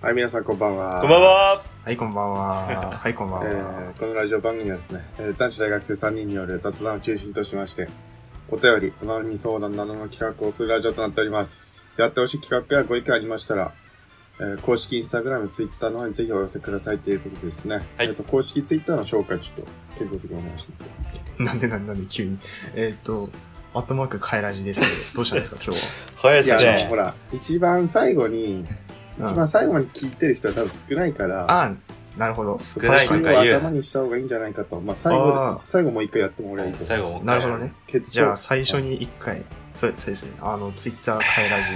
はい、皆さんこんばんは。こんばんは。はい、こんばんは。はい、こんばんえは。ーこのラジオ番組はですね、えー男子大学生3人による雑談を中心としまして、お便り、お悩み相談などの企画をするラジオとなっております。やってほしい企画やご意見ありましたら、えー公式インスタグラム、ツイッターの方にぜひお寄せくださいということでですね、はいえっ、と、公式ツイッターの紹介ちょっと、健康すお願いします。なんでなんでなんで急に。えっと、アットマークカエラジですけど、どうしたんですか、今日早いいでや、すでもねほ。ら、一番最後に、は。一うん番最後に聞いてる人は多分少ないから、あー、なるほど。少ないをのか言う頭にした方がいいんじゃないかと。まあ、最あ後ー、最後もう一回やってもらえると。最後もう一回なるほどね。決じゃあ、最初に一回、そうそうですね。あの、ツイッターカエラジ、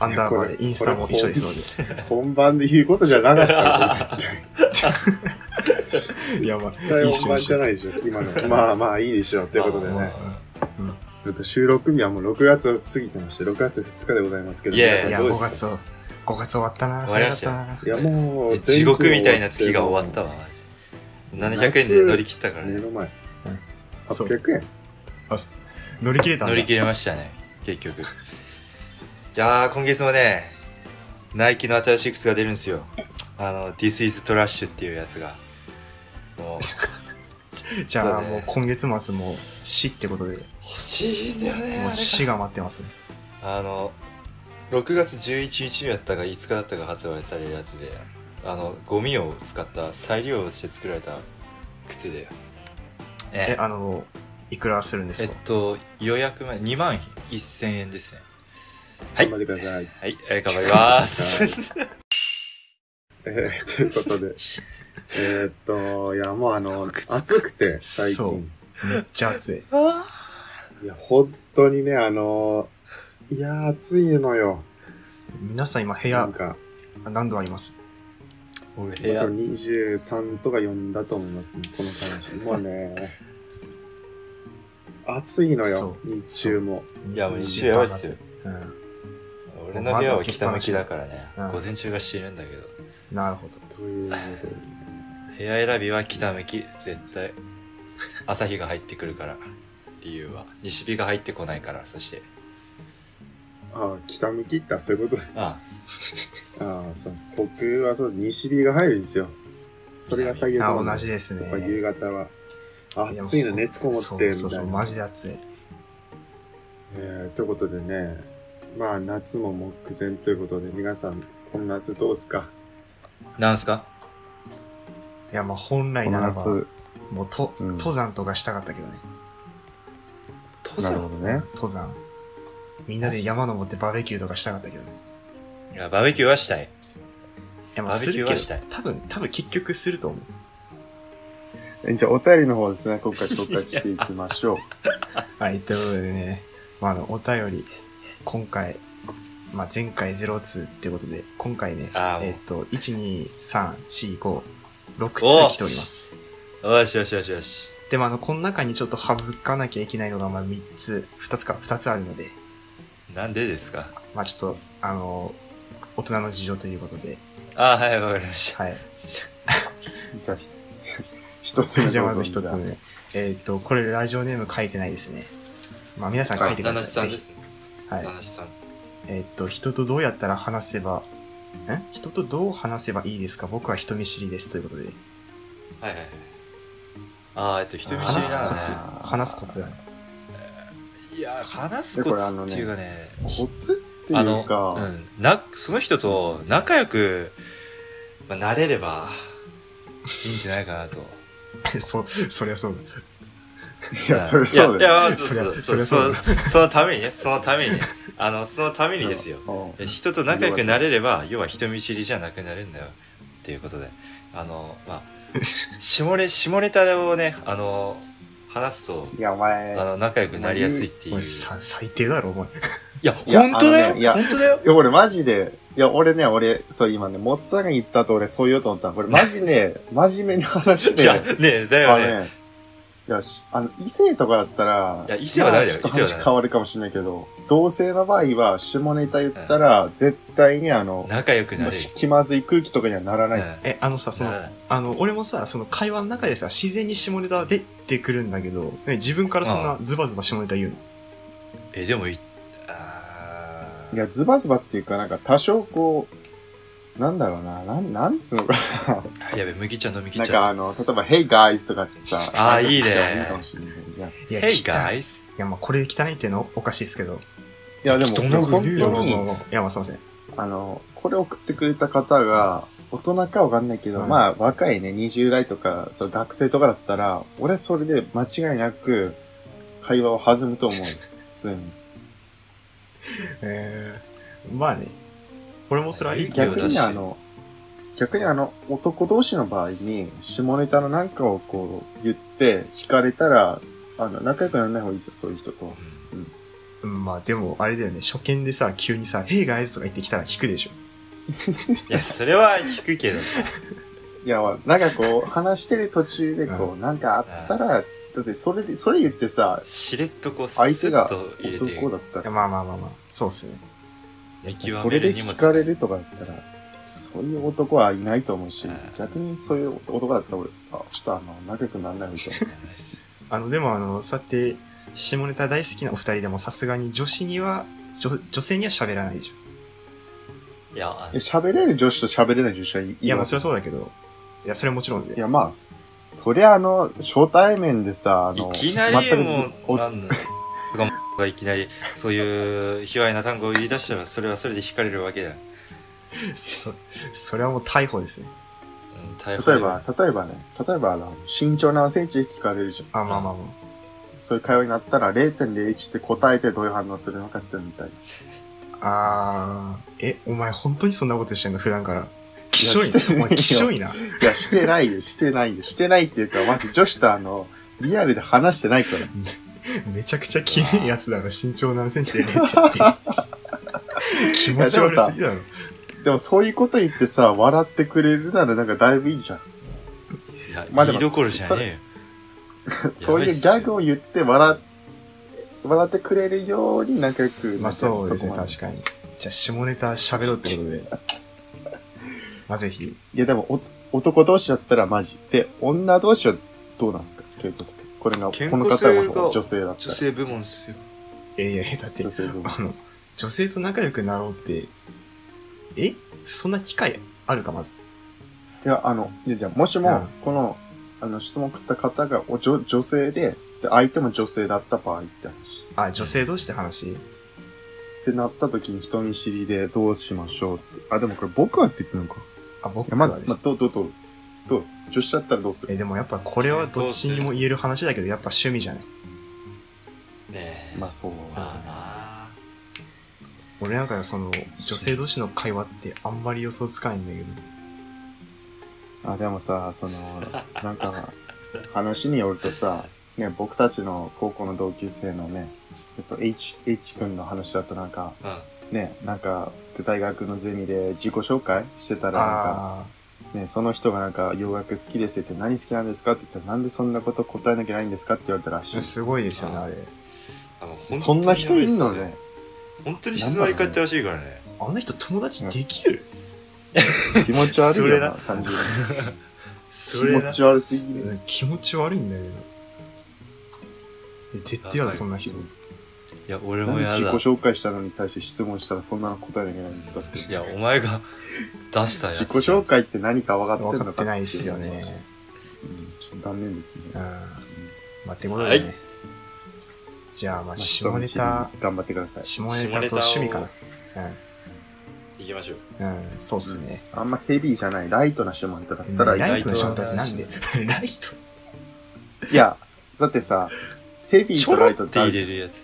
アンダーバーで、インスタも一緒ですので。本番で言うことじゃなかったこれ絶やばい。対。 い絶対い本番じゃないでしょ、今の。まあまあいいでしょう、ということでまあねま。ちょっと収録日はもう6月を過ぎてまして、6月2日でございますけど、いや皆いさいんや、どうで5す月かを、5月終わったな。終わりました早かっいやもう、地獄みたいな月が終わったわ。700円で乗り切ったから目ね。の前。そう800円。たなあ乗り切れたんだ乗り切れましたね、結局。いやー、今月もね、ナイキの新しい靴が出るんですよ。あの、This is Trash っていうやつが。もう、じゃあ、そうねもう今月末も死ってことで、 欲しいんだよね。あれもがう死が待ってますね。あの、6月11日やったか5日だったか発売されるやつで、あの、ゴミを使った、再利用して作られた靴で。ええ、あの、いくらするんでえすっかと、予約前、2万1000円ですね。はい頑張ってください。はい、えー頑張り ます。えー、ということ で。えーっと、いやもうあの、暑くて、最そう近。めっちゃ暑い。いや、本当にね、あの、いや、暑いのよ。皆さん今部な屋んか。何度あります俺部まあ、屋多、分23とか4だと思いますね、この感じ。もう ね、暑いのそよ、日中も。いやもう一一応やばいっ番すようん。俺の部屋は窓開けっぱ北向なしきだからね、うん午前中が知るんだけど、なるほど。というので、部屋選びは北向き、絶対。朝日が入ってくるから、理由は。西日が入ってこないから、そして。ああ、北向きってそういうこと。あああ、そう。僕はそう、西日が入るんですよ。それが最悪なあ、の同じですねやっ。ぱ夕方は。いや暑いの熱こもって、みそうそうたそう、いマな。ジで暑い。えーということでね、まあ夏も目前ということで、皆さん、この夏どうすかあ。なんすかいや、まあ本来このならば、夏。もうと、うん登山とかしたかったけどね。登なるほ山どね。登山。みんなで山登ってバーベキューとかしたかったけどね。いや、バーベキューはしたい。いや、まあバーすベキューるけはどしたい、多分、多分結局すると思う。えじゃあ、お便りの方ですね、今回紹介していきましょう。はい、ということでね、まあ、あの、お便り、今回、まあ、前回02ってことで、今回ね、あーえっと、1、2、3、4、5、6通おー来ております。よしよしよしよし。でも、あの、この中にちょっと省かなきゃいけないのが、まあ、3つ、2つか、2つあるので、なんでですかまあ、ちょっと、あの、大人の事情ということで、あはい、わかりました。はい。じ ゃあ、ひ一つ目どうぞ。じゃあ、まず1じつゃあ。目。えっと、これ、ラジオネーム書いてないですね。まあ、皆さん書いてくだ七七ささい。んぜでひすね。はい。七七さん。えっと、人とどうやったら話せば、ん人とどう話せばいいですか僕は人見知りです。ということで、はいはいはい。あー、えっと、人見知り話すなコのツ、ね。話すコツだね。 いや、話すでコこれあのツっねていうかね、コツっていあうの、か、うん、な、その人と仲良く、まあ、なれれば、いいんじゃないかな と。そ、そりゃそうだ。いや、それそういやだよ。、いやそうそそうりうゃそそうう。そうそのためにね、そのためにね。あの、そのためにですよ。うん。え人と仲良くなれれば、要は人見知りじゃなくなるんだよ。っていうことで。あの、ま あ、下ネ、下ネタをね、あの、話すと、いや、お前、いあの、仲良くなりやすいっていう。おい、いさ、最低だろ、お前。や、いや本当だあのねいやよ本当だよや、俺マジで、いや、俺ね、俺、そう、今ね、モツさんが言 ったと俺そう言おうと思ったのこれマジね、真面目に話しいて、や、ねえ、だあのよね。ね、いよし。あの、異性とかだったら、いや異性はダメだよまあちょ異っと性はダメ話変わるかもしれないけど、同性の場合は、下ネタ言ったら、絶対にあの、仲良くなまあれる。気まずい空気とかにはならないです。え、あのさ、そならの、ないあの、俺もさ、その会話の中でさ、自然に下ネタは出てくるんだけど、ね自分からそんなズバズバ下ネタ言うの。え、でもい、あーいや、ズバズバっていうか、なんか、多少こう、なんだろうな、なん、なんつうのかやべ、麦茶飲み切な。なっんちゃかった。あの、例えば、Hey guys とかってさ、あーいいねいいかもしれないけど。いやいや、 Hey 汚い。い guys! や、まあ、これ汚いってのおかしいですけど。いや、でも、人俺の本いや、ま当あに、まあいやまあ、すいません。あの、これ送ってくれた方が、大人かわかんないけど、うんまあ、若いね、20代とか、その学生とかだったら、俺それで間違いなく、会話を弾むと思う。普通に。えー、まあね。俺もそれはいいけ逆ど手を出しにあの、逆にあの、男同士の場合に、下ネタのなんかをこう、言って、惹かれたら、あの、仲良くならない方がいいですよ、そういう人とう。んうんまあ、でも、あれだよね。初見でさ、急にさ、Hey guys とか言ってきたら引くでしょ。いや、それは聞くけどさ。いや、なんかこう、話してる途中でこう、なんかあったら、だってそれで、それ言ってさ、しれっとこう、ス相手ッがと入れて、男だったらいや、まあまあまあまあ。そうっすね。見そ極めれるでにも惹つかかれるとかだったら、そういう男はいないと思うしうん、逆にそういう男だったら俺、あちょっとあの、仲良くならないみたいな。あの、でもあの、さて、下ネタ大好きなお二人でもさすがに女子には、女女性には喋らないでしょ。いや、あえ喋れる女子と喋れない女子はいいや、まあ、それはそそうだけど。いや、それはもちろんいで。や、まあ、そりゃあの、初対面でさ、あの、の、いきなりずもう、おなんだ、がいきなり、そういう、卑猥な単語を言い出したら、それはそれで惹かれるわけだ。うんそ、それはもう逮捕ですね。逮捕例だえよば、例えばね、例えばあの、身長何センチ聞かれるじゃん。あ、まあまあまあ。そういう会話になったら0.01って答えてどういう反応するのかっていうのみたいな。あー、え、お前本当にそんなことしてんの普段から。きしょいいやしてないな。およ前きしょいな。いや、してないよ、してないよ、してないっていうか、まず女子とあの、リアルで話してないから。めちゃくちゃ綺麗いやつだろ。身長何センチでねって。気持ち悪すぎだろ。でもそういうこと言ってさ、笑ってくれるならなんかだいぶいいじゃん。いや、まあでいいもどころじゃねえよ。そういうギャグを言って笑っ、笑ってくれるように仲良く。まあそうですね、そこま確かに。じゃあ下ネタ喋ろうってことで。まあぜひ。いやでもお、男同士だったらマジ。で、女同士はどうなんですかケイコさん。これが、こ健の康方性がは女性だった女ら。性部門っすよ。えいや、だって女、性部門あの、女性と仲良くなろうって、えそんな機会あるか、まず。いや、あの、いやいや、もしうんも、この、あの、質問を送った方がお女女性で、で、相手も女性だった場合って話。あ、女性同士って話ってなった時に人見知りでどうしましょうって。あ、でもこれ僕はって言ってるのか。あ、い僕や、まはだ、ですまねあ、。どう、どう、どう、どう、女子だったらどうするえ、でもやっぱこれはどっちにも言える話だけど、やっぱ趣味じゃねねえ。まあ、そう。まあ俺なんかその、女性同士の会話ってあんまり予想つかないんだけど。あ、でもさ、その、なんか、話によるとさ、ね、僕たちの高校の同級生のね、えっと、H、H 君の話だとなんか、な。うん。ね、なんか、大学のゼミで自己紹介してたらなんか、あね、その人がなんか洋楽好きですって言って何好きなんですかって言ったらなんでそんなこと答えなきゃいけないんですかって言われたらしあ、い。すごいですよね、あれ。あのそんな人いるの。本当にやばねっす。本当に静まり返ってらしいからね。あの人友達できる気持ち悪いよな、そ単純それに。気な持ち悪すぎる。うん気持ち悪いんだけど。え絶対やだ、そんな人。いや、俺なんもでやだ。自己い紹介したのに対して質問したらそんなの答えなきゃいけないんですかって。や、お前が 出したやつ。自己紹介って何か分かってんの分かかってないっすよね。うんちょっと残念ですね。うん。ままあ、ってことでね。はいじゃあ、まあ、あ下ネタ、頑張ってください。下ネタと趣味かな。行きましょう。うん。うん、そうっすね。あんまヘビーじゃない、ライトな下ネタだったらいい。ライトの下ネタだってなんで ライトいや、だってさ、ヘビーちょとろラっイトっててあるじ入ゃんれるやつ。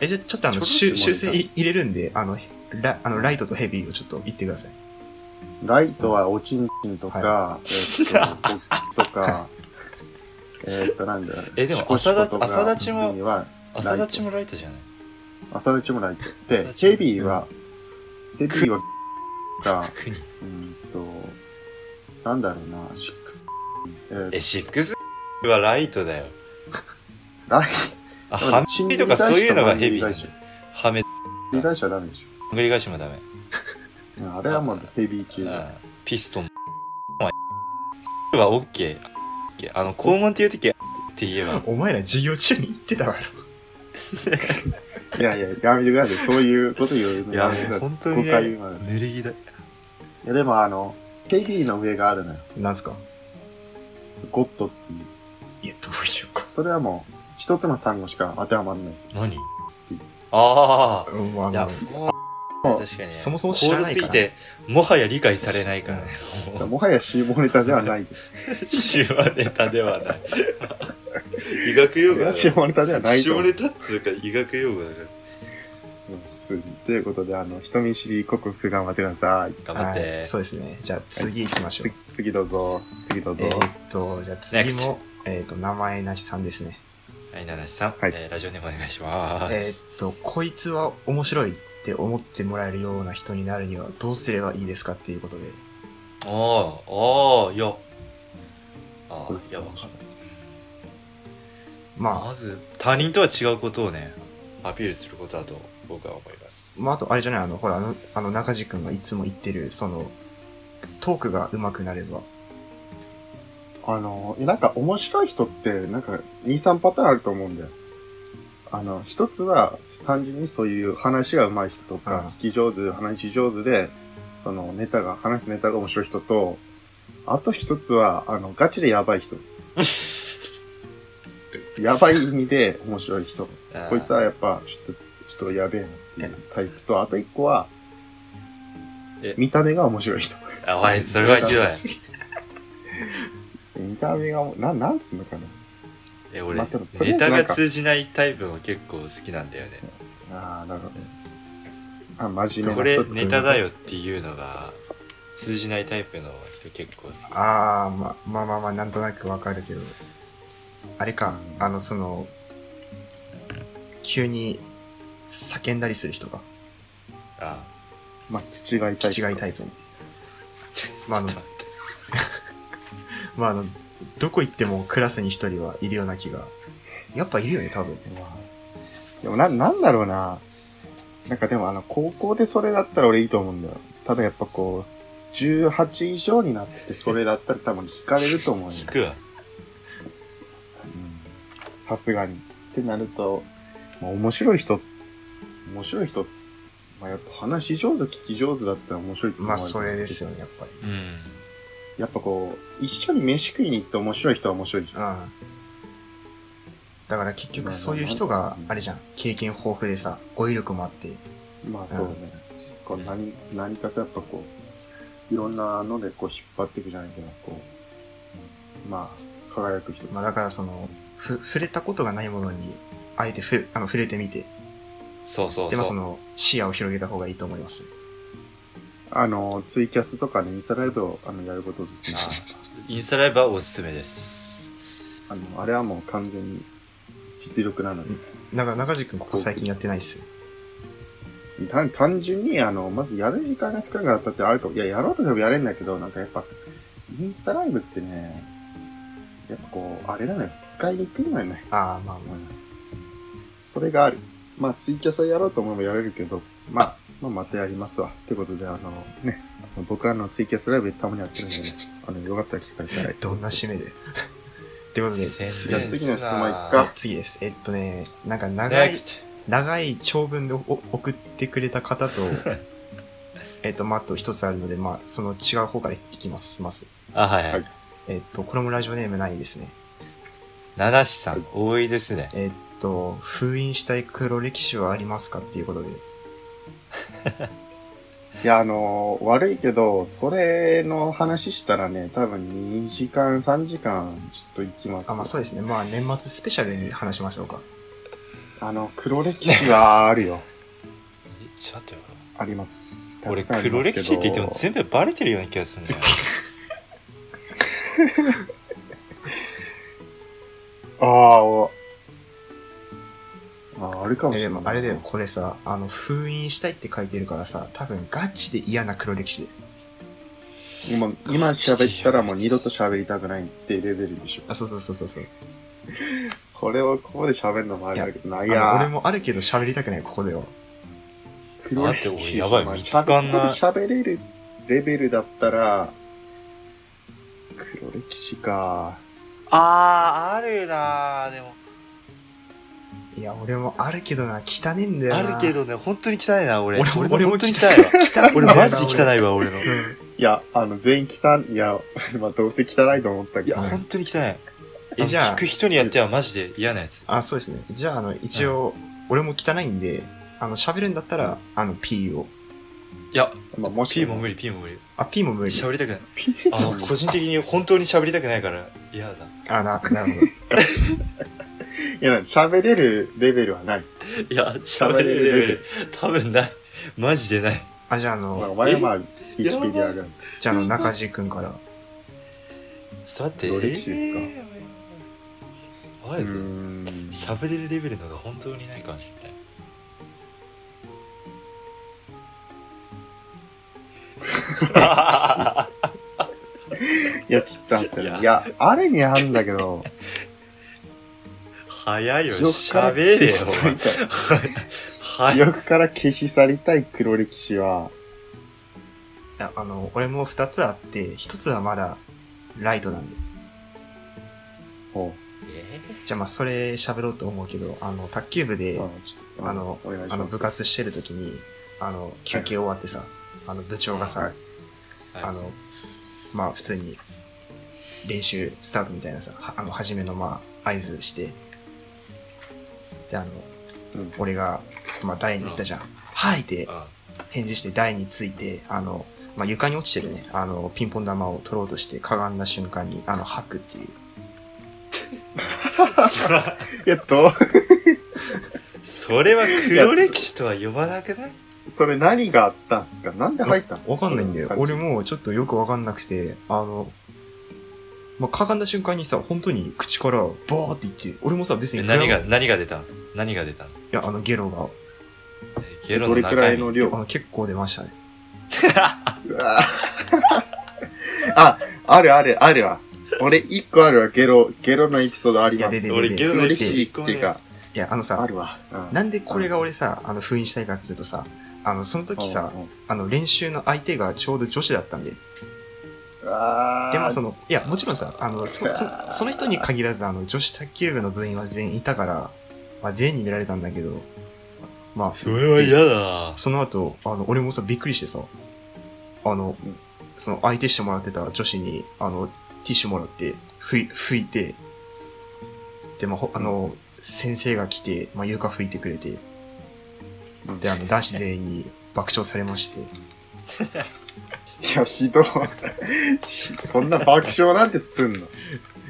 え、じゃあ、ちょっとあちょの、ろっ修と修正入れるんで、あの、へラあのライトとヘビーをちょっと言ってください。ライトはおちんちんとか、え ーっと、とか、えーっと、なんだえでもシコシコとか朝立ちもビビは朝立ちもライトじゃない朝立ちもライト。朝で、立ちもヘビーは、ヘビ ーは、が、国。うーんと、なんだろうな、シックス。えーえ、シックスはライトだよ。ライだあ、からはめとかそういうのがヘビーなはんめだ。はめ、繰り返しはダメでし繰り返しもダメ。ょ。うんあれはもうヘビー級だ。あピストンは、はオッケー。あの、肛門っていうときは、って言えば、お前ら授業中に言ってたから。いやいや、やめてください。そういうこと言うのやめてください。本当に、誤解は濡れ着だ。いや、でもあの、ヘビーの上があるのよ。なんすかゴッドっていう。いや、どういうこそれはもう、一つの単語しか当てはまらないですよ。何つっていうあとうん、まああ。いや、まあもう、確かにね。そもそも知らないから高度すぎて、もはや理解されないからね。だからもはや C モネタではないです。下ネタではない。医学 用い語だや C かモネタではら。ないと下思う。ネタっつうか、医学用語だから。うん普通にということで、あの、人見知り克服頑張ってください。頑張っはてい。。そうですね。じゃあ次行きましょう次。、次どうぞ。次どうぞ。えーっと、じゃあ次も、えーっと、名前なしさんですね。はい、七七さん、はいえーラジオネームお願いします。えーっと、こいつは面白いって思ってもらえるような人になるにはどうすればいいですかっていうことで。ああ、ああ、いや。ああ、こいついや、わかんない。ままず、他人とは違うことをね、アピールすることだと僕は思いますあ、。まあ、あとあれじゃない、あの、ほら、あの、あの中地くんがいつも言ってる、その、トークが上手くなれば。あの、えなんか面白い人って、なんか、2、3パターンあると思うんだよ。あの、一つは、単純にそういう話が上手い人とうんか、聞き上手、話し上手で、その、ネタが、話すネタが面白い人と、あと一つは、あの、ガチでやばい 人。やばい意味で面白い人。ああこいつはやっぱ、ちょっと、ちょっとやべえなっていうタイプと、あと一個はえ、見た目が面白い人。あ、おい、それは ひどい。見た目が、な、なんつうのかな。え、俺、まあでもとりあネえずなタんかが通じないタイプも結構好きなんだよね。ああ、なるほど。あ、真面目こなれ、人ってネタだよっていうのが、通じないタイプの人結構好き。ああ、まあまあまあまあ、なんとなくわかるけど。あれか、あの、その、急に叫んだりする人が、あまあ、違いたい。気違いタイ プに。まあ、あのちょっと待ってまあ、あの、どこ行ってもクラスに一人はいるような気が。やっぱいるよね、多分。まあでもな、なんだろうな。なんかでもあの、高校でそれだったら俺いいと思うんだよ。ただやっぱこう、18以上になってそれだったら多分惹かれると思うよ。聞くわ。うんさすがに。ってなると、まあ、面白い人、面白い人、まあやっぱ話し上手、聞き上手だったら面白いって思まわあ、れるそれですよね、やっぱり。うん。やっぱこう、一緒に飯食いに行って面白い人は面白いじゃん。うん。だから結局そういう人が、あれじゃん、経験豊富でさ、語彙力もあって、まあそうね。こう何、何かとやっぱこう、いろんなのでこう引っ張っていくじゃないけど、こう、まあ、輝く人。まあだからその、ふ、触れたことがないものに、あえてふ、あの、触れてみて、そうそうで、まあそ。そうの、視野を広げた方がいいと思います。あの、ツイキャスとかね、インスタライブをあのやることです インスタライブはおすすめです。な。あの、あれはもう完全に実力なので。だから中地君ここ最近やってないっす。単単純に、あの、まずやる時間が少なくなったってあると、いや、やろうとしてもやれんだけど、なんかやっぱ、インスタライブってね、やっぱこう、あれなのよ、使いにくいのよね。ああ、まあうまんそれがある。まあ、ツイキャスをやろうと思えばやれるけど、まあ、まあ、またやりますわ。ということで、あの、ね、あの僕はあの、ツイキャスライブたまにやってるんでね、あの、よかったら来てくださあい。。どんな締めで。 ってことで、じ宣伝ゃあ次次の質問いっあか。次です。えっとね、なんか長い、 NEXT! 長い長文でお送ってくれた方 と、えっと、まあ、あと一つあるので、まあ、その違う方からいきます。まず。あ、はいははいい。えっと、これもラジオネームないですね。七七さん、多いですね。えっと、封印したい黒歴史はありますかっていうことで。いや、あの、悪いけど、それの話したらね、多分2時間、3時間、ちょっと行きます。あ、まあ、そうですね。まあ、年末スペシャルに話しましょうか。あの、黒歴史はあるよ。 えちょっと待ってよ。あります。たく俺さんあり黒ますけ歴ど史って言っても全部バレてるような気がするんだよああ、おああ、あれかもしえれでないも。あれだよ、これさ、あの、封印したいって書いてるからさ、多分ガチで嫌な黒歴史で。もう今喋ったらもう二度と喋りたくないっていうレベルでしょ。あ、そうそうそうそうそう。それをここで喋るのもあれだけどな。いいや、や俺もあるけど喋りたくない、ここでは。黒待って俺やばい見つかんな喋れるレベルだったら、黒歴史か。あー、あるなー、でも。いや、俺もあるけどな、汚ねえんだよあな。るけ。どね、本当に汚いな、俺。俺も俺も本当に汚いわ。汚俺マジで汚い。いわ、俺の。いいや、あの、全員汚い、いや、 まあ、どうせ汚いと思ったけや、ど。本当に汚い。え、じゃ聞く人によってはマジで嫌なやつ。あ、あ、そうですね。じゃあ、あの、一応、俺も汚いんで、あの、喋るんだったら、あの、P を。いや、まあ、もし P も無理。理、P も無理。あ、P も無理。喋りたくない。 P あさの、んも個人的に本当に喋りたくないから、嫌だ。あ、な、なるほど。いや、喋れるレベルはない。いや、喋れるレベル、多分ない。マジでない。あ、じゃあ、あまあ、の、お前はまあ、ウえィキペディアが。じゃあ、あの、中地くんかちょら。っと待って。どれ歴史ですかえーマうジでん。喋れるレベルのが本当にないかもしれない。いや、ちょっと待っていやね。いや、あれにあるんだけど、早いよ、記憶から喋れよ消し。去りたい。は記い。憶から消し去りたい黒歴史は、いやあの、俺も二つあって、一つはまだ、ライトなんで。もえじゃあ、まあ、それ喋ろうと思うけど、あの、卓球部う、で、うんちょっとあのお願いしますあの、部活してる時に、あの、休憩終わってさ、あの、部長がさ、はいーあ、の、まあ普通に練習スタートみたいなさ、はあの、初めのまあ合図して、で、あの、うん俺が、まあ台に行ったじゃん。はいってあ返事して台について、あの、まあ床に落ちてるね、あの、ピンポン玉を取ろうとしてかがんだ瞬間に、あの、吐くっていう。えっと、 それは黒歴史とは呼ばなくないそれ何があったんですかなんで入ったのわかんないんだよ。俺。もちょっとよくわかんなくて、あの、まあ、かがんだ瞬間にさ、本当に口から、ボーって言って、俺もさ、別えに、何が、い何が出たの何が出たのや、あの、ゲロが、えゲロどのれ中く身らいの量あの、結構出ましたね。うわぁあ、あるあるあるわ。俺、一個あるわ、ゲロ、ゲロのエピソードありまいや出す。て俺ゲロの黒歴歴史史っ一個て目いうか、いや、あのあさ、るわ。うんなんでこれが俺さ、あの、封印したいかっていうとさ、あの、その時さ、、あの、練習の相手がちょうど女子だったんで。あで、まあその、いや、もちろんさ、あの、そ、そその人に限らず、あの、女子卓球部の部員は全員いたから、まあ全員に見られたんだけど、まあ、それは嫌だ。その後、あの、俺もさ、びっくりしてさ、あのうん、その、相手してもらってた女子に、あの、ティッシュもらって、ふい、拭いて、で、まあ、ほあの、先生が来て、まあ、床拭いてくれてう、んで、あの、男子全員に爆笑されまして、いや、ひどい。 そんな爆笑なんてすんのい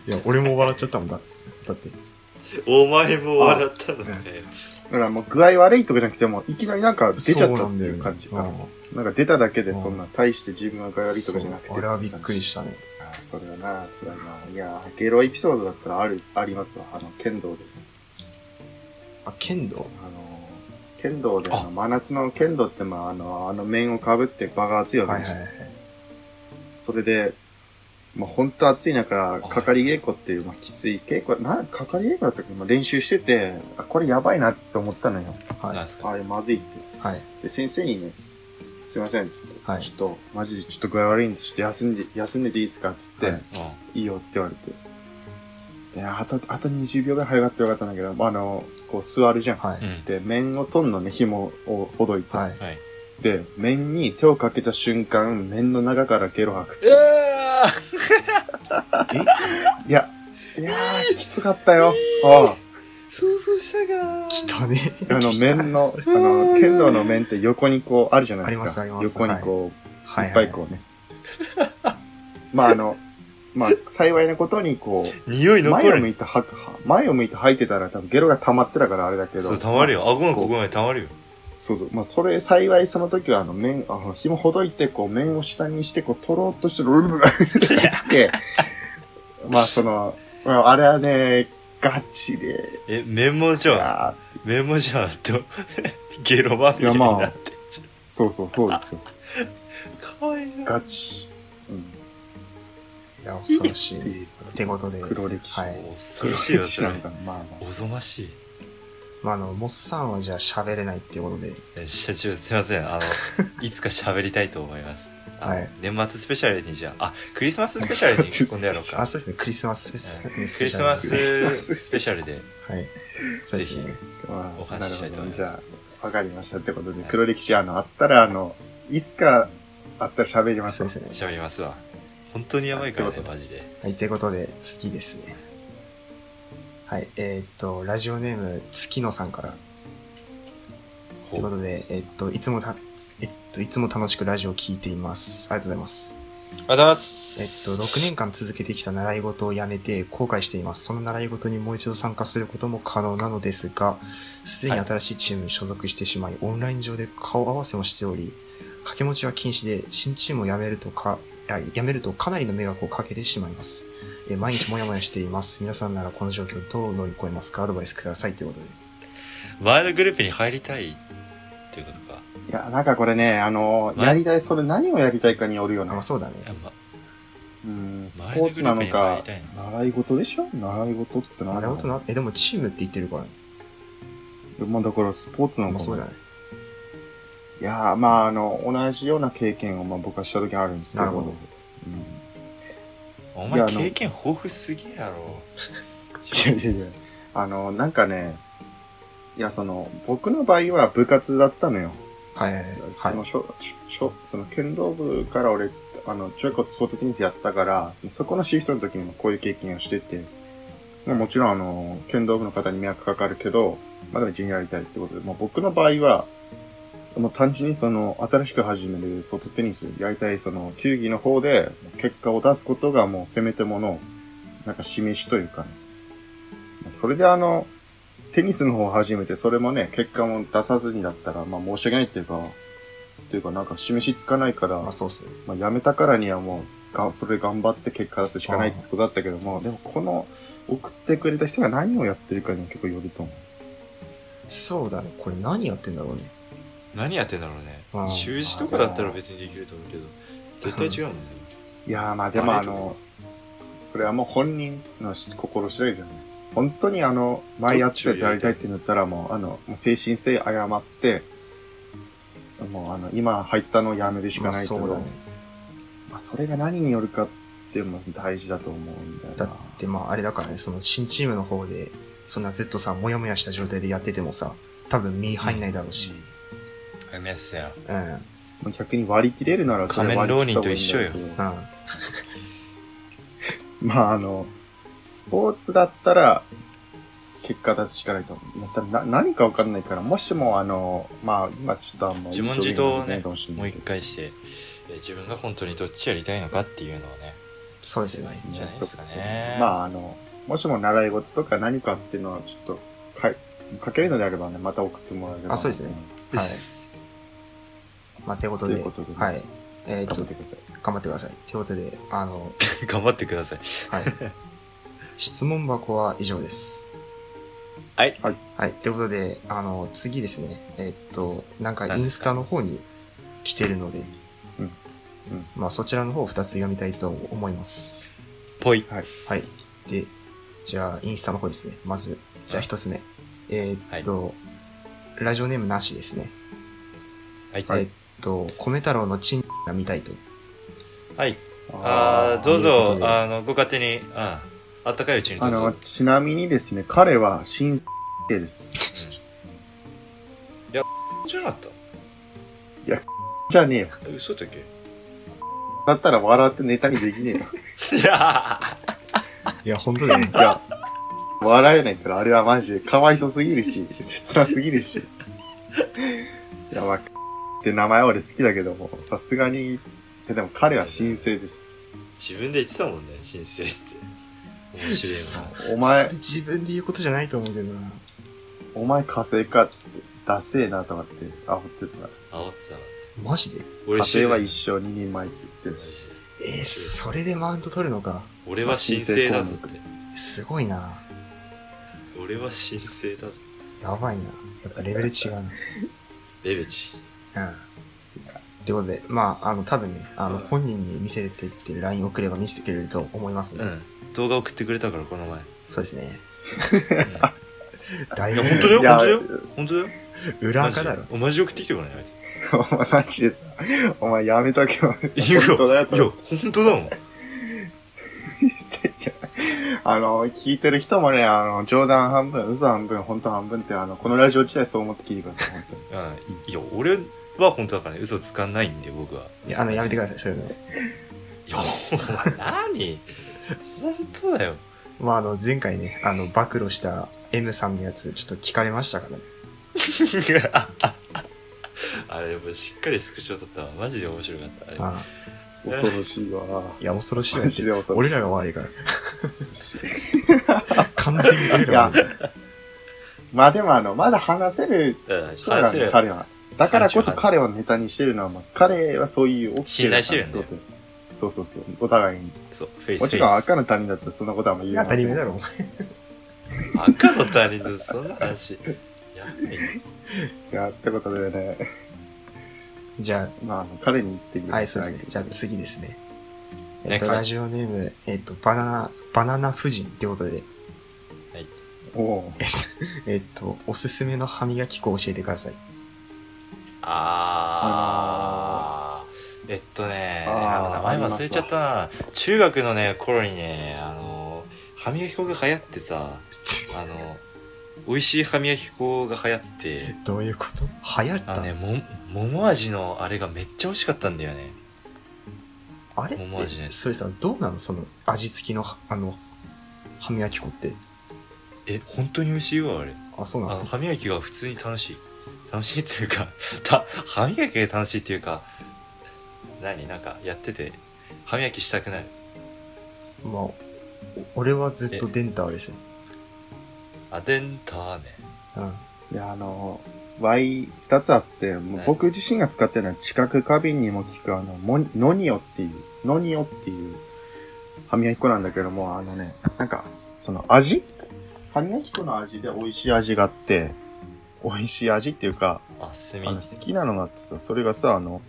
や、俺も笑っちゃったもんだ。だって。お前も笑ったのかよ。だからもう具合悪いとかじゃなくても、いきなりなんか出ちゃったそうっなてんだよいねう感じうか。んなんか出ただけでそんな、大して自分が具合悪いとかじゃなくて。そう俺はびっくりしたね。あーそれはな、辛いな。いやー、ゲロエピソードだったらある、ありますわ。あの、剣道で。あ、剣道あのー、剣道で、ああの、真夏の剣道って、まあ、あの、あの面をかぶって場が暑いわけはでいすはいはい。それで、まあ、ほんと暑い中、いかかり稽古っていう、まあ、きつい稽古、な、かかり稽古だったっけ、まあ、練習してて、あ、これやばいなって思ったのよ。はいなんすかあれ、まずいって。はい。で、先生にね、すいません、つって、はいちょっと、マジでちょっと具合悪いんで、ちょっと休んで、休んでていいですかつって、はいい、うんいよって言われて。で、あと、あと20秒ぐらい早かったらよかったんだけど、あの、こう座るじゃん。はうい。ん。で、面を取んのね、紐をほどいて。はい。はい。で、面に手をかけた瞬間、面の中からゲロ吐く。うわーいや、いやー、きつかったよ。あ想像したかー。汚ねああの、面の、あ汚いの、剣道の面って横にこう、あるじゃないですか。ありますあります横にこう、はいっはぱいいこうね。 まああの、まあ幸いなことにこ、匂いう前残をる向ね。いて吐く、は前を向いて吐いてたら多分ゲロが溜まってたからあれだけど。そう、たまるよ。よ。顎のここまでたまるよ。そうそう。まあそれ幸いその時はあの面、あの紐ほどいてこう面を下にしてこう取ろうとしてルルル ルってやって、まあその、まああれはね、ガチで、え、メモじゃん。あーメモじゃんと、 ゲロまみれになってんじそうそうそうですよ。ゃん。かわいいな。ガチ。うん。いや、恐ろしい。いい手事で。黒歴史。はい。恐黒ろ歴しいよ、史それな。んかなまあまあ。おぞましい。まあ、あの、モッサンはじゃあ喋れないっていうことで。え社長すいませんあ のいつか喋りたいと思いますあのはい年末スペシャルにじゃああクリスマススペシャルに今度やろうかあ、そうですね、クリスマスですはい クリスマスクリスマススペシャルではい。そうですね。まあお話ししたいと思いますなるほどねじゃあ、わかりました。ってことで、はい黒歴史、あの、あったら、あの、いつかあったら喋りますそうよ。ですね。喋りますわ本当にやばいからねマジではい、ということで、次ですね。はい、えーっと、ラジオネーム、月野さんから。というほこうとで、えーっと、いつもた、えっと、いつも楽しくラジオを聞いています。ありがとうございます。ありがとうございまえっすと、6年間続けてきた習い事をやめて後悔しています。その習い事にもう一度参加することも可能なのですが、すでに新しいチームに所属してしまい、オンライン上で顔合わせもしており、掛け持ちは禁止で、新チームを辞めるとか、あ辞めるとかなりの迷惑をかけてしまいます。えー毎日もやもやしています。皆さんならこの状況どう乗り越えますかアドバイスください。ということで。前のグループに入りたいっていうことかいや、なんかこれね、あの、はいやりたい、それ何をやりたいかによるよあ、まなあ。そうだね。いやまうん、ス前ポのーグツルなープのに入かり、たいな習い事でしょ習い事って何あれほんとな、え、でもチームって言ってるから、まあだからスポーツなのまあかそうじゃも。ない。いやー、まああの、同じような経験をまあ僕はした時あるんですけど。なるほど。うんおいや前あの経験豊富すぎやろいやいやいや、あの、なんかね、いや、その、僕の場合は部活だったのよ。はいはいはい。その、はいしょしょその剣道部から俺、あの、中学校ソートテニスやったから、そこのシフトの時にもこういう経験をしてて、まあ、もちろんあの、剣道部の方に迷惑かかるけど、まあ、でも一緒にやりたいってことで、もう僕の場合は、もう単純にその、新しく始めるソートテニス、やりたいその、球技の方で、結果を出すことがもうせめてもの、なんか示しというかね。まあそれであの、テニスの方を始めて、それもね、結果も出さずにだったら、まあ申し訳ないっていうか、っていうかなんか示しつかないから、まあそうっすね。まあ、辞めたからにはもうが、それ頑張って結果出すしかないってことだったけども、でもこの送ってくれた人が何をやってるかに結構よると思そうだね。これ何やってんだろうね。何やってんだろうねうん習字とかだったら別にできると思うけど絶対違うもんねう。いやーまあでもあバレるの、それはもう本人のし心次第じゃない。本当にあの、前やってたやつやりたいって言うんだったらもう、あの、もう精神性誤って、もうあの、今入ったのをやめるしかまあないけど、そうだね。まあそれが何によるかっていうのも大事だと思うんだよだな。ってまああれだからね、その新チームの方で、そんな Z さんもやもやした状態でやっててもさ、多分身入んないだろうし、やめやすやうん、うん。もう逆に割り切れるならそれ割り切った方がいいんだけど仮面浪人と一緒まああの、スポーツだったら、結果出すしかないと思う。またな何かわかんないから、もしもあの、まあ今ちょっとあんま自問自答をねもしれもなうい一けど回して、えー自分が本当にどっちやりたいのかっていうのをねそうですよね。じゃないですかねまああの、もしも習い事とか何かっていうのはちょっとかい、書けるのであればね、また送ってもらえれば。あそうですねはい。まあ、てことで、ということでねはい。えーっ頑張とっ、てください。頑張ってください。ということで、あの、 頑張ってください はい。質問箱は以上です。はいはい。はい。ということで、あの、次ですね。えーっと、なんかイ何ンでスすタかの方に来てるので、うんうんまあ、そちらの方を2つ読みたいと思います。ぽいはい。で、じゃあ、インスタの方ですね。まず、じゃあ一つ目。えーっと、ラジオネームなしですね。はいはいえーっと、米太郎のチンが見たいと。はいあーどうというぞことであのご勝手にああったかいうちにどあうぞの、ちなみにですね、彼は新生です。 じゃなかっじゃねえよ。たえ嘘だっ けだったら笑ってネタにできねえよ。いやいや、本当 だねい。や、笑えないから、あれはマジで、かわいそすぎるし、切なすぎるし。いや、まあ、って名前は俺好きだけども、さすがに、いやでも彼は新生です。自分で言ってたもんね申請って面そ白ういなおお前、自分で言うことじゃないと思うけどな。お前火星かっつって、ダセえなとかって、あほってたら。煽ってたわマジで火俺星は一一生二人前って言ってる。えー、それでマウント取るのか。俺は申請だぞってすごいな。俺は申請だぞやばいな。やっぱレベル違うレベチな。うん。ってことで、まあ、あの、多分ね、あの、本人に見せてって LINE 送れば見せてくれると思いますのうで、ん。動画送ってくれたから、この前。そうですね。うんだいいぶや、本当だよ、いや本当だよ。本当だよ。裏垢だろ。マジマジ送ってきてごらんよ、あいつ。お前マジでさ、お前やめとけよ。いや、本当だよといや、本当だもん。あの、聞いてる人もね、あの、冗談半分、嘘半分、本当半分って、あの、このラジオ自体そう思って聞いてください、本当に。うん。いや、俺は本当だからね、嘘つかないんで、僕は。いや、あの、やめてください、そういういの。や、お前、何本当だよ。 まあ、あの、前回ね、あの、暴露した M さんのやつ、ちょっと聞かれましたからね。あれ、もうしっかりスクショ撮ったわ。マジで面白かった。あれあ恐ろしいわ。いや、恐ろしいわマジで恐ろ俺しい。らが悪いから。完全に俺らが悪い。まあでもあの、まだ話せるうん、人な話んせだ、る。彼は。だからこそ38彼をネタにしてるのは、まあ、彼はそういう起きて信頼してるんだよことそうそうそう。お互いに。そう、フェイス。もちろんフェイス赤の他人だったらそんなことはあんま言いえや、ませ当たんり前だろ、お前赤の他人のそんな話。やばいね。いや、ってことでね、じゃまああの、彼に言ってくれあ、はい、そうですね。じゃあ次ですね。えっと、 Next ラジオネーム、えっと、バナナ、バナナ夫人ってことで、おおうえっと、おすすめの歯磨き粉を教えてください。 あー。えっとね、あー名前忘れちゃったな。中学のね、頃にね、あの、歯磨き粉が流行ってさ、あの、美味しい歯磨き粉が流行って、どういうこと流行っあたのね、も、桃味のあれがめっちゃ美味しかったんだよね。あれっ桃味のやて、つそれさ、どうなのその味付きの、あの、歯磨き粉って。え、本当に美味しいわ、あれ。あ、そうなんあでの、す歯ね。磨きが普通に楽しい。楽しいっていうか、 た、歯磨きが楽しいっていうか、何なんかやってて、歯磨きしたくない。まあ、お俺はずっとデンターですね。あ、デンターね。うん。いや、あの、Y 二つあって、もうはい僕自身が使ってるのは、知覚過敏にも効く、あの、モニノニオっていう、ノニオっていう、歯磨き粉なんだけども、あのね、なんか、その味歯磨き粉の味で美味しい味があって、美味しい味っていうか、あ、すみあの、。好きなのがあってさ、それがさ、あの、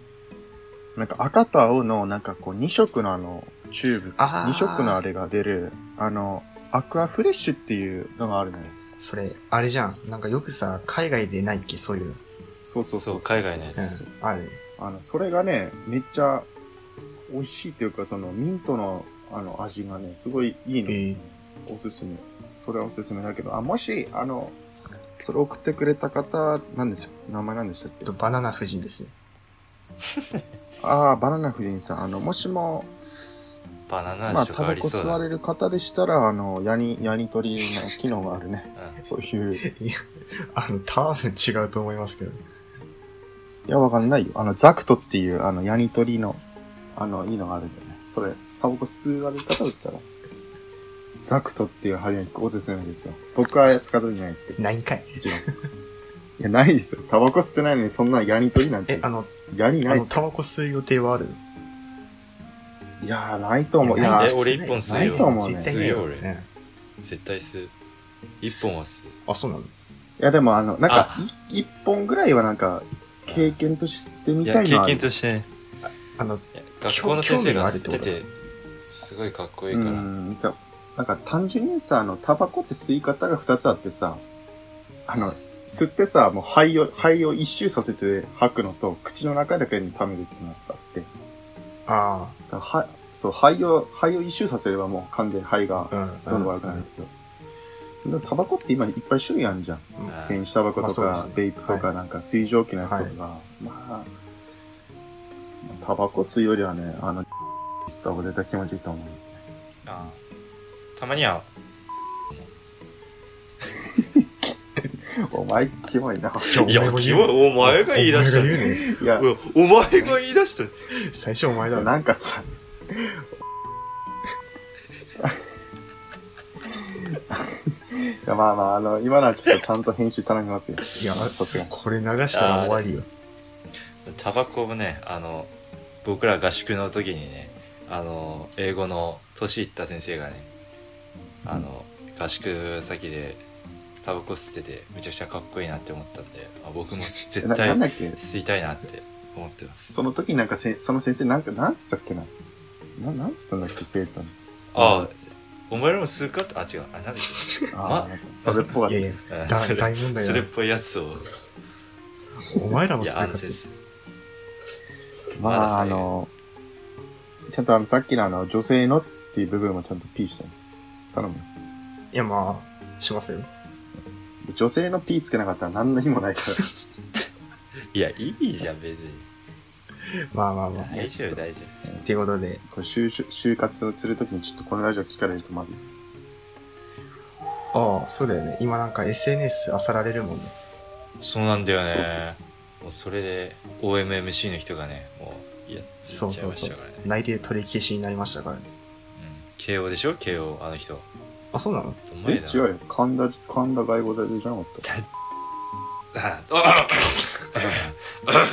なんか赤と青の、なんかこう、2色のあの、チューブ、あー2色のあれが出る、あの、アクアフレッシュっていうのがあるのよ。それ、あれじゃん。なんかよくさ、海外でないっけそういうの。そうそうそうそう海外のやつうんあるね。あの、それがね、めっちゃ美味しいというか、そのミントのあの味がね、すごいいいの。えーおすすめ。それはおすすめだけど、あ、もし、あの、それ送ってくれた方、なんでしょう名前なんでしたっえっけと、バナナ夫人ですね。ああ、バナナ夫人さん。あの、もしも、バナナまあ、味とタかあバりコそう吸だわね。れる方でしたら、あの、ヤニ、ヤニ取りの機能があるね。そういう。いあの、多分違うと思いますけど。や、わかんないよ。あの、ザクトっていう、あの、ヤニ取りの、あの、いいのがあるんだよね。それ、タバコ吸われる方だったら、ザクトっていう針がおすすめですよ。僕は使ったことないですけど、ないんかい。もちろん。いや、ないですよ。タバコ吸ってないのに、そんなヤニ取りなんえて、、あの、ヤニあないでの、すタバコ吸う予定はあるいやー、ないと思う。いえやーないえ、で、す俺一本吸なういと思よ。うね絶対吸うよない俺うん絶対吸う。一本は吸う。あ、そうなのいや、でもあの、なんかあ、い一本ぐらいはなんか、経験として吸ってみいたや、い経な。験としてね。あの、いや学校の先生興味ががあるって吸こっとてだて、すごいかっこいいうから。ん、じゃなんか単純にさ、あの、タバコって吸い方が二つあってさ、あの、吸ってさ、もう肺を、肺を一周させて吐くのと、口の中だけに溜めるってなったって。だあからは、そう、肺を、肺を一周させればもう完全に肺があ、うん。どんどん悪くなるけど。でもタバコって今いっぱい種類あるじゃん。うんあー電子タバコとまあかそうですねベイプとはかなんか水蒸気のやつとか、まあ、タバコ吸うよりはね、あの、吸った方が絶対気持ちいいと思う。あーたまには、お前、キモい な。いや、キモいお前が言い出したお前が言うね。いや、うわお前が言い出した。最初お前だろ。なんかさ、い や、まあまあ、あの、今のはちょっとちゃんと編集頼みますよ。いや、さすがにこれ流したら終わりよ。タバコもね、あの、僕ら合宿の時にね、あの、英語の年いった先生がね、あの、合宿先でタバコ吸ってて、めちゃくちゃかっこいいなって思ったんで、あ僕も絶な、なん対だっけ吸いたいなって思ってます。その時なんかせ、その先生なんか、なんつったっけな。な、なんつったんだっけ、生徒に。ああ、お前らも数かって、あ、違う、あ、なんだっけああ、なんかそれっぽかっいたやいや、あだそれ 大問題そだれっよ。ぽいやつを、お前らもいや、数あかのって先。生。ままだそあ、うあいうの、ちゃんとあの、さっきのあの、女性のっていう部分もちゃんと P したの。頼むよ。いや、まあ、しますよ。女性の P つけなかったら何の意味もないかいや、いいじゃん、別に。まあまあまあ。大丈夫、大丈っていうことで、ら。これ就職、就活するときにちょっとこのラジオ聞かれるとまずいです。ああ、そうだよね。今なんか SNS 漁られるもんね。夫。そうなんだよね。そうそうそもうそれで、OMMC の人がね、もう、いや、そうそうそう言っちゃいましたからね。内定取り消しになりましたからね。うん慶応でしょ慶応、あの人。あ、そうなのどんまえ、いな違うよ。神田、神田外語大でじゃなかった。あ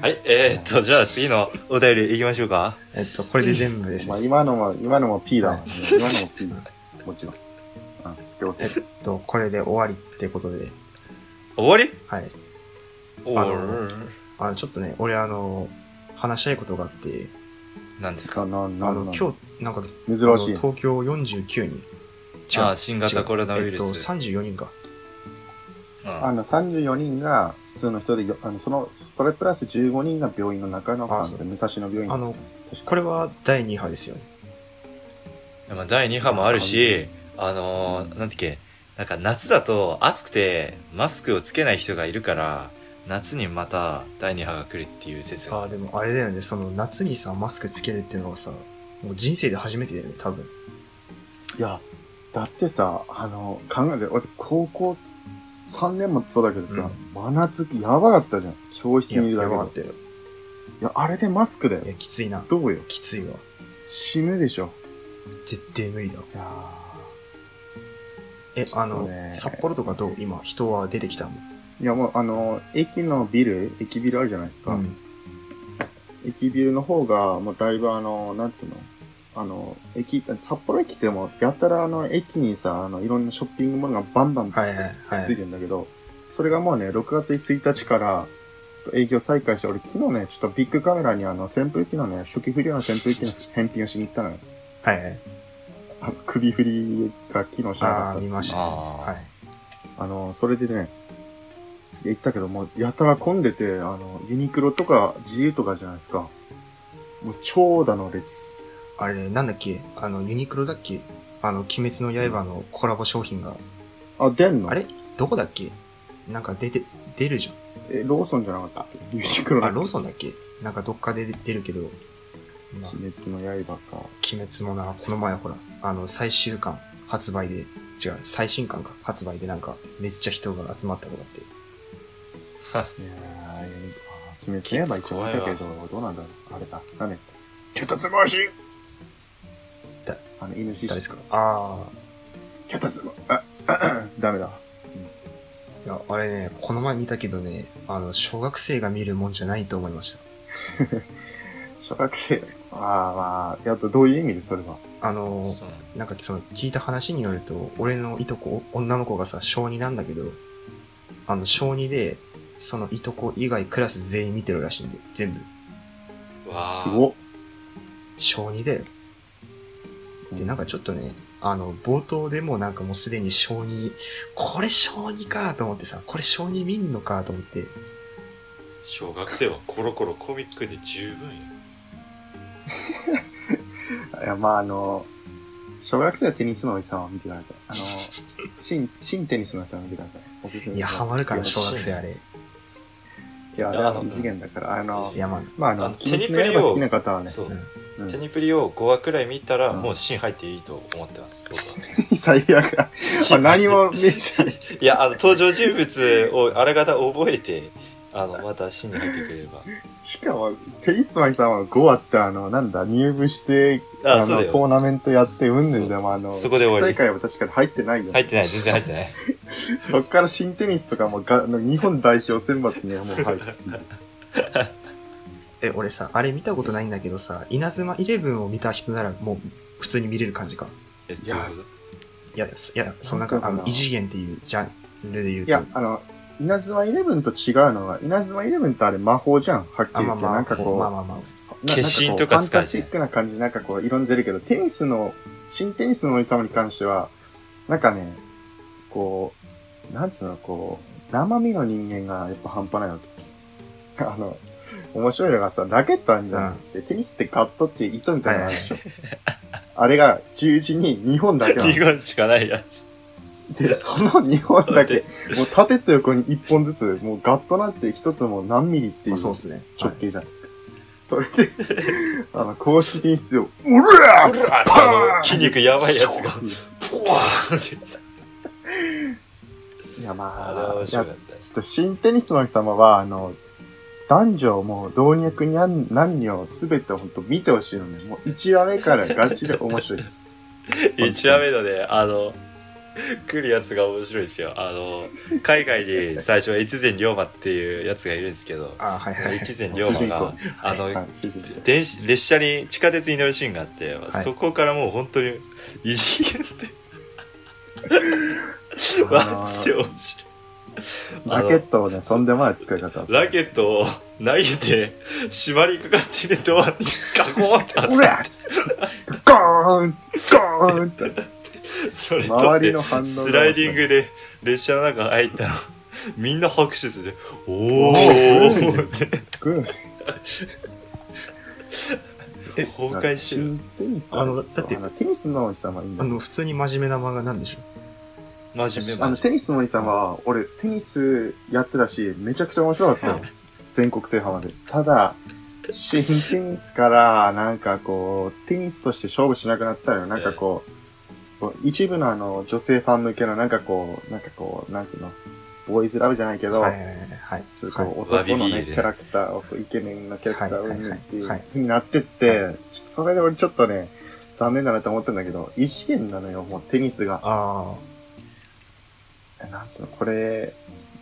はい、えー、っと、じゃあ次のお便り行きましょうか。えっと、これで全部ですまあ、ね。今のも、今のも P だわ。今のも P だ。もちろん。うん。ってことえっと、これで終わりってことで、終わりはい。おあーのあの、ちょっとね、俺あの、話したいことがあって、何ですかかな、あな、の、な、今日、なんか、あの珍しい。東京49人。違あうー。新型コロナウイルス違うえっと、34人か。ああの、34人が普通の人でよ、あの、その、それプラス15人が病院の中の感あそ染、武蔵野病院あの、これは第2波ですよね。まあ第2波もあるし、あのー、なんてっけ、なんか夏だと暑くてマスクをつけない人がいるから、夏にまた第2波が来るっていう説あが。あ、でもあれだよね、その夏にさ、マスクつけるっていうのがさ、もう人生で初めてだよね、多分。いや、だってさ、あの、考えて、私、高校3年もそうだけどさ、真夏期やばかったじゃん。教室いや、にいるだやけで。ばいかやったよ。あれでマスクだよい。や、きついな。どうよ。きついわ。死ぬでしょ。絶対無理だ。いやえ、ちょあっとのね、札幌とかどう今、人は出てきたのーいや、もう、あの、駅のビル、駅ビルあるじゃないですか。うん。駅ビルの方が、もうだいぶあの、なんつうのあの、駅、札幌駅っても、やたらあの、駅にさ、あの、いろんなショッピングモールがバンバンくっはいはいはいつくっついてるんだけど、それがもうね、6月1日から営業再開して、俺昨日ね、ちょっとビッグカメラにあの、扇風機のね、初期不良の扇風機の返品をしに行ったのよ。はいはい。あの首振りが機能しなかああったー、。見ましたね。はあい。あの、それでね、行ったけど、もう、やたら混んでて、あの、ユニクロとか、GU とかじゃないですか。もう、長蛇の列。あれ、なんだっけあの、ユニクロだっけあの、鬼滅の刃のコラボ商品が、あ、出んのあれどこだっけなんか出て、出るじゃえ、ローソンじゃなかったっけユニクロん。のあ、ローソンだっけなんかどっかで出るけど、まあ、鬼滅の刃か。鬼滅もな、この前ほら、あの、最終巻発売で、違う、最新巻か、発売でなんか、めっちゃ人が集まったとかって。いやー、ユニあ鬼滅の刃一応見たけど、どうなんだろうあれだ。何やった巨突帽子だあの、イノシ誰シ。ですかあ巨突帽あ、ダメだ。あ、いや、あれね、この前見たけどね、あの、小学生が見るもんじゃないと思いました。小学生。あーまあ、やっとどういう意味でそれは。ああ。の、そうなんだなんかその、聞いた話によると、俺のいとこ、女の子がさ、小2なんだけど、あの、小2で、そのいとこ以外クラス全員見てるらしいんで、全部。わーすごっ。小2で、で、なんかちょっとね、あの、冒頭でもうなんかもうすでに小児、これ小児かと思ってさ、これ小児見んのかと思って、小学生はコロコロコミックで十分よ。いや、まあ、あの、小学生はテニスのおじさんを見てください。 あの、新、新テニスのおじさんを見てください。おすすめいや、ハマるかな、小学生あれ。いや、あれは異次元だから、あの、いや、まあ、まあ、あの、あの鬼滅の刃好きな方はね、そう、うんテニプリを5話くらい見たら、うんもう芯入っていいと思ってます。僕は 最悪 だ。あ何も名称に。いや、あの、登場人物をあらかた覚えて、あの、また芯に入ってくれれば。しかも、テニスの愛さんは5あって、あの、なんだ、入部して、あの、そうだよトーナメントやって、うんぬんでそうも、あの、そこで終わり地区大会は確かに入ってないよ。入ってない、全然入ってない。そっから新テニスとかもが、あの日本代表選抜にはもう入ってる。え、俺さ、あれ見たことないんだけどさ、稲妻イレブンを見た人ならもう普通に見れる感じか。え、どういうこといや、そいや、そのなんなんか、かあなの、異次元っていうジャンルで言ういやと、、あの、稲妻イレブンと違うのは、稲妻イレブンってあれ魔法じゃん、はっきりあ、言まあって。まあ、なんかこう、まあまあまあ。ななん化身とかこうファン使うタしスティックな感じ、なんかこう、いろんな出るけど、テニスの、新テニスの王子様に関しては、なんかね、こう、なんつうの、こう、生身の人間がやっぱ半端ないわけ。 あの、面白いのがさ、ラケットあるじゃん。でテニスってガットっていう糸みたいなのあるでしょ。あれが十字に2本だけなの2本しかないやつ。で、その2本だけ、もう縦と横に1本ずつ、もうガットなんて1つもう何ミリっていまうあ、そうですね。直はい径じゃないですか。それで、あの、公式テニスを、うらーってパあーンの筋肉やばいやつが、ポワーンって。いや、あれはまあ、面ちょ白っかっと新テニスの王子様は、あの、男女もう老若にゃん何女すべてほんと見てほしいのね。もう1話目からガチで面白いです。た。1話目のね、あの、来るやつが面白いですよ。あの、海外に最初は越前龍馬っていうやつがいるんですけど、あ、はいはい。越前龍主馬人公がで、す。あのはい、主人公電子列車に地下鉄に乗るシーンがあって、はいそこからもう本当に異次元であーマジで面白いあラのケットをね、とんでもない使い方をするラケットを投げて縛りかかってるドアにガコーン ってうらっつって、ゴーンゴーンって、それ周り取っの反応が面白いてスライディングで列車の中入ったらみんな拍手するおーってグー 崩壊してるテニスあのだってそうあのテニスの王子様いいんあだの、普通に真面目な漫画なんでしょ真面目あ真の、面目テニスの王子様は、俺、テニスやってたし、めちゃくちゃ面白かったよ。全国制覇まで。ただ、新テニスから、なんかこう、テニスとして勝負しなくなったのよ。なんかこう、こう一部のあの、女性ファン向けの、なんかこう、なんかこう、なんつうの、ボーイズラブじゃないけど、はいはいはいはい。ちょっとこうはい男のわびね、びキでャラクターを、こうイケメンのキャラクターをはいはいはいはいっていう風になってって、ちょっとそれで俺ちょっとね、残念だなと思ったんだけど、異次元なのよ、もうテニスが。あなんつうの、これ、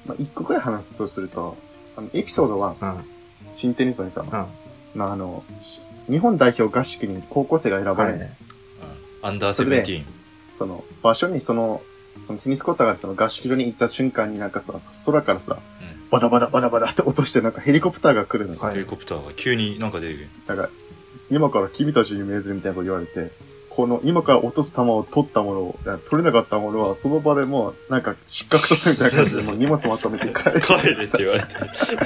まあ、一個くらい話すとすると、あの、エピソード1、あ、うん、うん。新テニスの王子様はのあの、し日本代表合宿に高校生が選ばれる、い。アンダーセブンティーンその、場所にその、そのテニスコートからその合宿所に行った瞬間になんかさ、そ空からさ、うんバタバタバタバタって落としてなんかヘリコプターが来るの。はヘリい。コプターが急になんか出てくるなんか、今から君たちに命ずるみたいなこと言われて、この今から落とす球を取ったものを、取れなかったものはその場でもうなんか失格とするみたいな感じでもう荷物まとめて帰る。帰れって言われて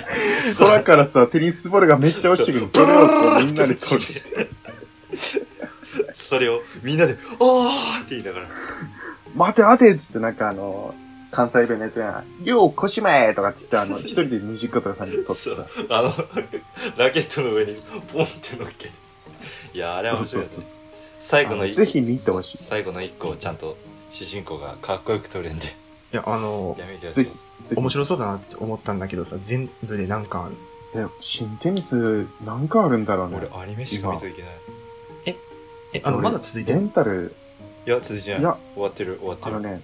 空からさ、テニスボールがめっちゃ落ちてくる。そそうれをこうみんなで取る。それをみんなで「あー!」って言いながら待て待てっつってなんかあの、関西弁のやつが、よう、こしまえとかっつってあの、一人で20個とか30個取ってそうさ。あの ラケットの上にポンって乗っけていやあれは面そ白ういそうですそ最後うあのの。一ぜひ見てほし最後の一個をちゃんと主人公がかっこよく撮るんでいや、あのや、めてい。やぜつひ、ぜひ面。白そうだなって思ったんだけどさ、全部で何巻あるね新テニス何回あるんだろうね俺。アニメしか見ちゃいけないえ、あの、俺まだ続いてレるンタル、いや続いてないいや終わってる終わってあるのね、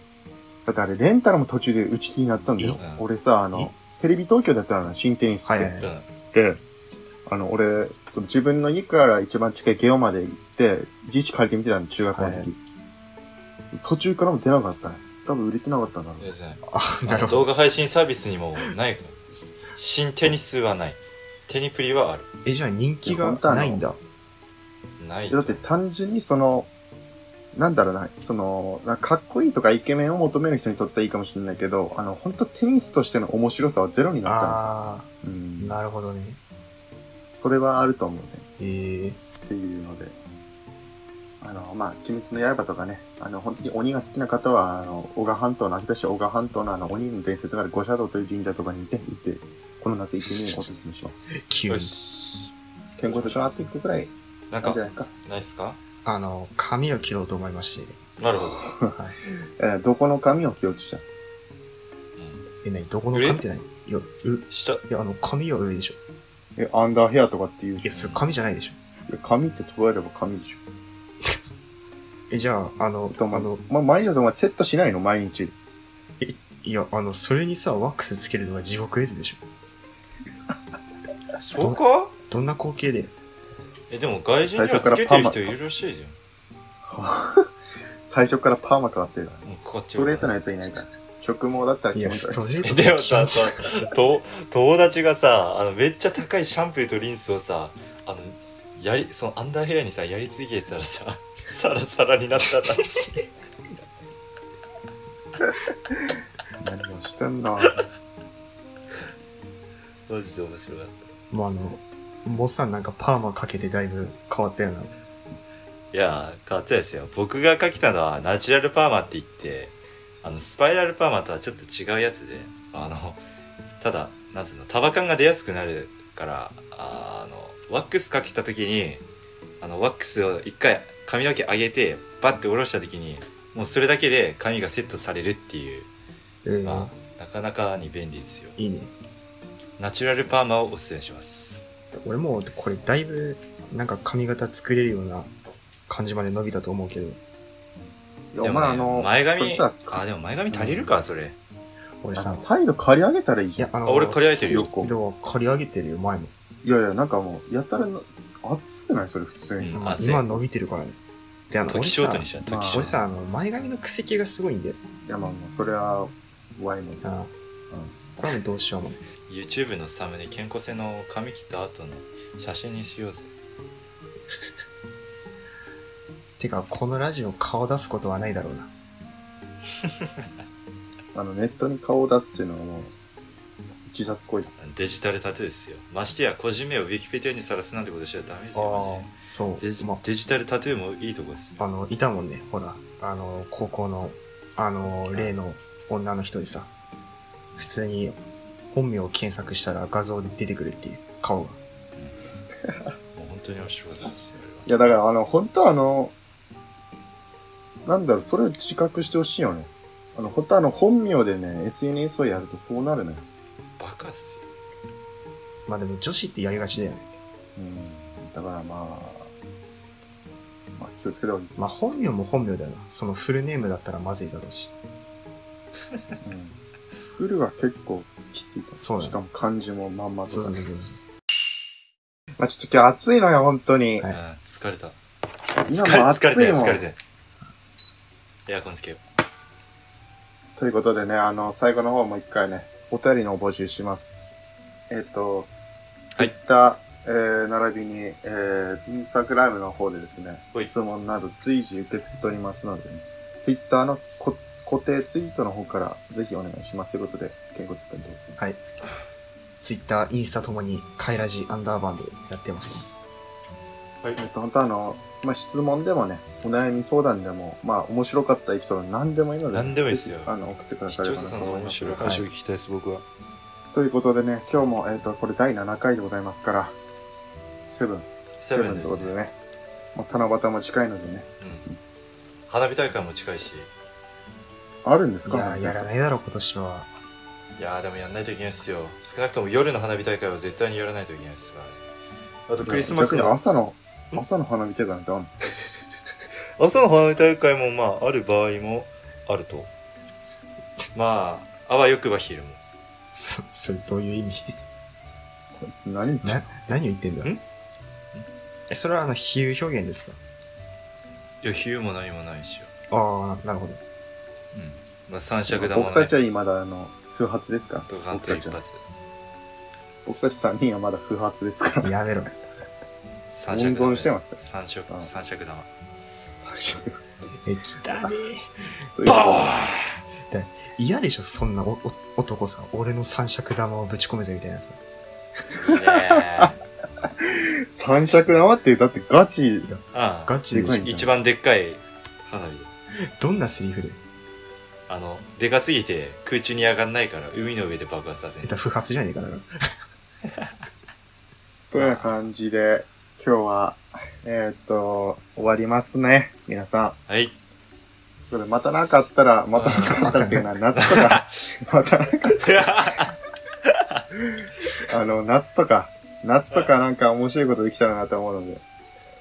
だってあれ、レンタルも途中で打ち切りになったんだよえ。俺さ、あの、テレビ東京だったの、新テニスって。はいはいうんで、あの、俺、自分の家から一番近いゲオまで行って、自治借りてみてたの、中学校の時。は途中からも出なかったね。多分売れてなかったんだろ。いやじゃないあ、なあるのほど動。画配信サービスにもない新テニスはないテニプリはあるえ、じゃあ人気がないんだ。ないうだって単純にその、なんだろうな、その、なんかかっこいいとかイケメンを求める人にとってはいいかもしれないけど、あの、本当テニスとしての面白さはゼロになったんですよあうー、ん。なるほどね。それはあると思うね。えー、っていうので。あの、まあ、鬼滅の刃とかね、あの、本当に鬼が好きな方は、あの、小賀半島の、秋田市小賀半島のあの、鬼の伝説がある五社道という神社とかに行って、行って、この夏行ってみるのをおすすめします。急よに。し健康坂あと1個くらい、なんなんかじゃないですか。ないっすかあの、髪を切ろうと思いまして。なるほどはい。えーどこの髪を切ろうとしたうんえ、なにどこのえ髪って何いや、う、い下や、あの、髪は上でしょ。え、アンダーヘアとかっていういや、それ髪じゃないでしょ。いや髪って捉えれば髪でしょ。え、じゃあ、あの、ああのの、、ま、毎日とお前セットしないの毎日。いや、あの、それにさ、ワックスつけるのが地獄絵図でしょ。 そうかどんな光景でえでも外人にはつけてる人いるらしいじゃん最初からパーマかかってるから。もうかかってるストレートなやつはいないから。直毛だったらい気や、持ちス悪トい。レートでも気持さ、ちそ悪ういと友達がさ、あの、めっちゃ高いシャンプーとリンスをさ、あの、やり、そのアンダーヘアにさ、やり続けてたらさ、サラサラになったら、 何をしてんのマジで面白かっもうあの、モさんなんかパーマかけてだいぶ変わったような。た。いやー、変わったですよ。僕が書きたのは、ナチュラルパーマって言って、あの、スパイラルパーマとはちょっと違うやつで、あの、ただ、なんつうの、束感が出やすくなるから、あーあの、ワックスかけた時に、あの、ワックスを一回髪の毛上げて、バッて下ろした時に、もうそれだけで髪がセットされるっていう、えーまあ、なかなかに便利ですよ。いいね。ナチュラルパーマをおすすめします。俺もうこれだいぶなんか髪型作れるような感じまで伸びたと思うけど、いやお前あでもねの、前それ髪、さ、あ、でも前髪足りるか、それ。俺あさの、再度刈り上げたらいいいじゃや、ん。あの、あ俺刈り上げてるよそうでも刈り上げてるよ、前も。いやいや、なんかもう、やたらな、熱くないそれ普通に。うんまああ今全伸びてるからね。で、あの、俺時ショーさトにしちゃう。まあ時ショート俺さ、あの、前髪の癖毛がすごいんだよ。いや、まあまあ、それは、ワイもですあよ。これはもうどうしようもない。 YouTube のサムで健康性の髪切った後の写真にしようぜ。てか、このラジオ顔出すことはないだろうな。あの、ネットに顔を出すっていうのはもう、自殺行為。デジタルタトゥーですよ。ましてや、個人名を Wikipedia にさらすなんてことしちゃダメですよ。マジでそデジう。まデジタルタトゥーもいいとこですよ。あ、あの、いたもんね、ほら。あの、高校の、あの、例の女の人でさ、普通に本名を検索したら画像で出てくるっていう顔が。もう本当に面白かったですよ。いや、だから、あの、本当はあの、なんだろう、それを自覚してほしいよね。あの、本当はあの、本名でね、SNS をやるとそうなるね。俺はバカっすよ。まあでも女子ってやりがちだよね。うん。だからまあ、まあ、気をつけた方がいいですまあよ。本名も本名だよな。そのフルネームだったらまずいだろうし。うん。フルは結構きついと。そうだねしかも漢字もまんまとそうかそうね。そうそう。まあ、ちょっと今日暑いのよ、本当に。はうんい、疲れた。疲今れも疲れ暑たいよ、もん疲れ。たよ。エアコンつけよということでね、あの、最後の方もう一回ね、お便りのを募集します。えっ、と、ツイッター、えー、並びに、えー、インスタグラムの方でですねほ、い質問など随時受け付けておりますので、ね、ツイッターのこ固定ツイートの方からぜひお願いします。ということで、健康ツイッターにどうぞ。はい。ツイッター、インスタともに、カイラジアンダーバーでやってます。はい。えっと、本当はあの、まあ、質問でもね、お悩み相談でも、まあ、面白かったエピソード何でもいいので、何でもいいですよぜひあの、送ってくう。だ視され聴ば者なとさんの思い面ます白い。話を聞きたいです、僕は。ということでね、今日も、えっ、と、これ第7回でございますから、セブン、セセブブンンでというすことでね。ね、もう七夕も近いのでね、うん花火大会も近いし、あるんですいかやー、やらないだろ、今年は。いやーでもやんないといけないっすよ。少なくとも夜の花火大会は絶対にやらないといけないっすからね。あとクリスマス逆にの朝の、朝の花見てたなんてあんの朝の花火大会もまあある場合もあると。まあ、あわよくば昼も。そ、 それどういう意味 こいつ何言ってんのな、何を言ってんだんえ、それはあの、比喩表現ですかいや、昼も何もないっしよ。ああ、なるほど。うん。まあ三尺玉も僕たねち。は今だ、あの、不発ですかドカン僕とた一ちは。発。僕たち3人はまだ不発ですから。やめろ。三尺玉温で存してます三尺う、ん三尺玉。最初え、汚ねえ。ということでバ嫌でしょ、そんなおお男さ、俺の三尺玉をぶち込めぜみたいなさ。ーンいいねー三尺玉って、だってガチ、うガチでしでょかい。ん。一番でっかい花火で。どんなセリフであの、でかすぎて空中に上がんないから海の上で爆発させえるっと、。不発じゃねえかだから。というような感じで、今日は、えーっと、終わりますね。皆さん。はい。これまたなんかあったら、またなんかあったらって いうのは、夏とか、またなんか、あの、夏とか、夏とかなんか面白いことできたらなと思うので、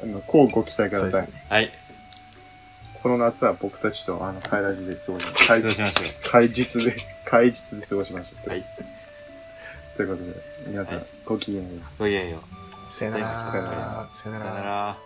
あの、こうご期待くだそうさい。ですね。はい。この夏は僕たちと、あの、帰らじですごい、怪どうしましょう。怪実で、怪実で過ごしましょう。はい。ということで、皆さん、はいごきげんよう。ごきげんよう。さよなさよなら。さよなさよなら。ら。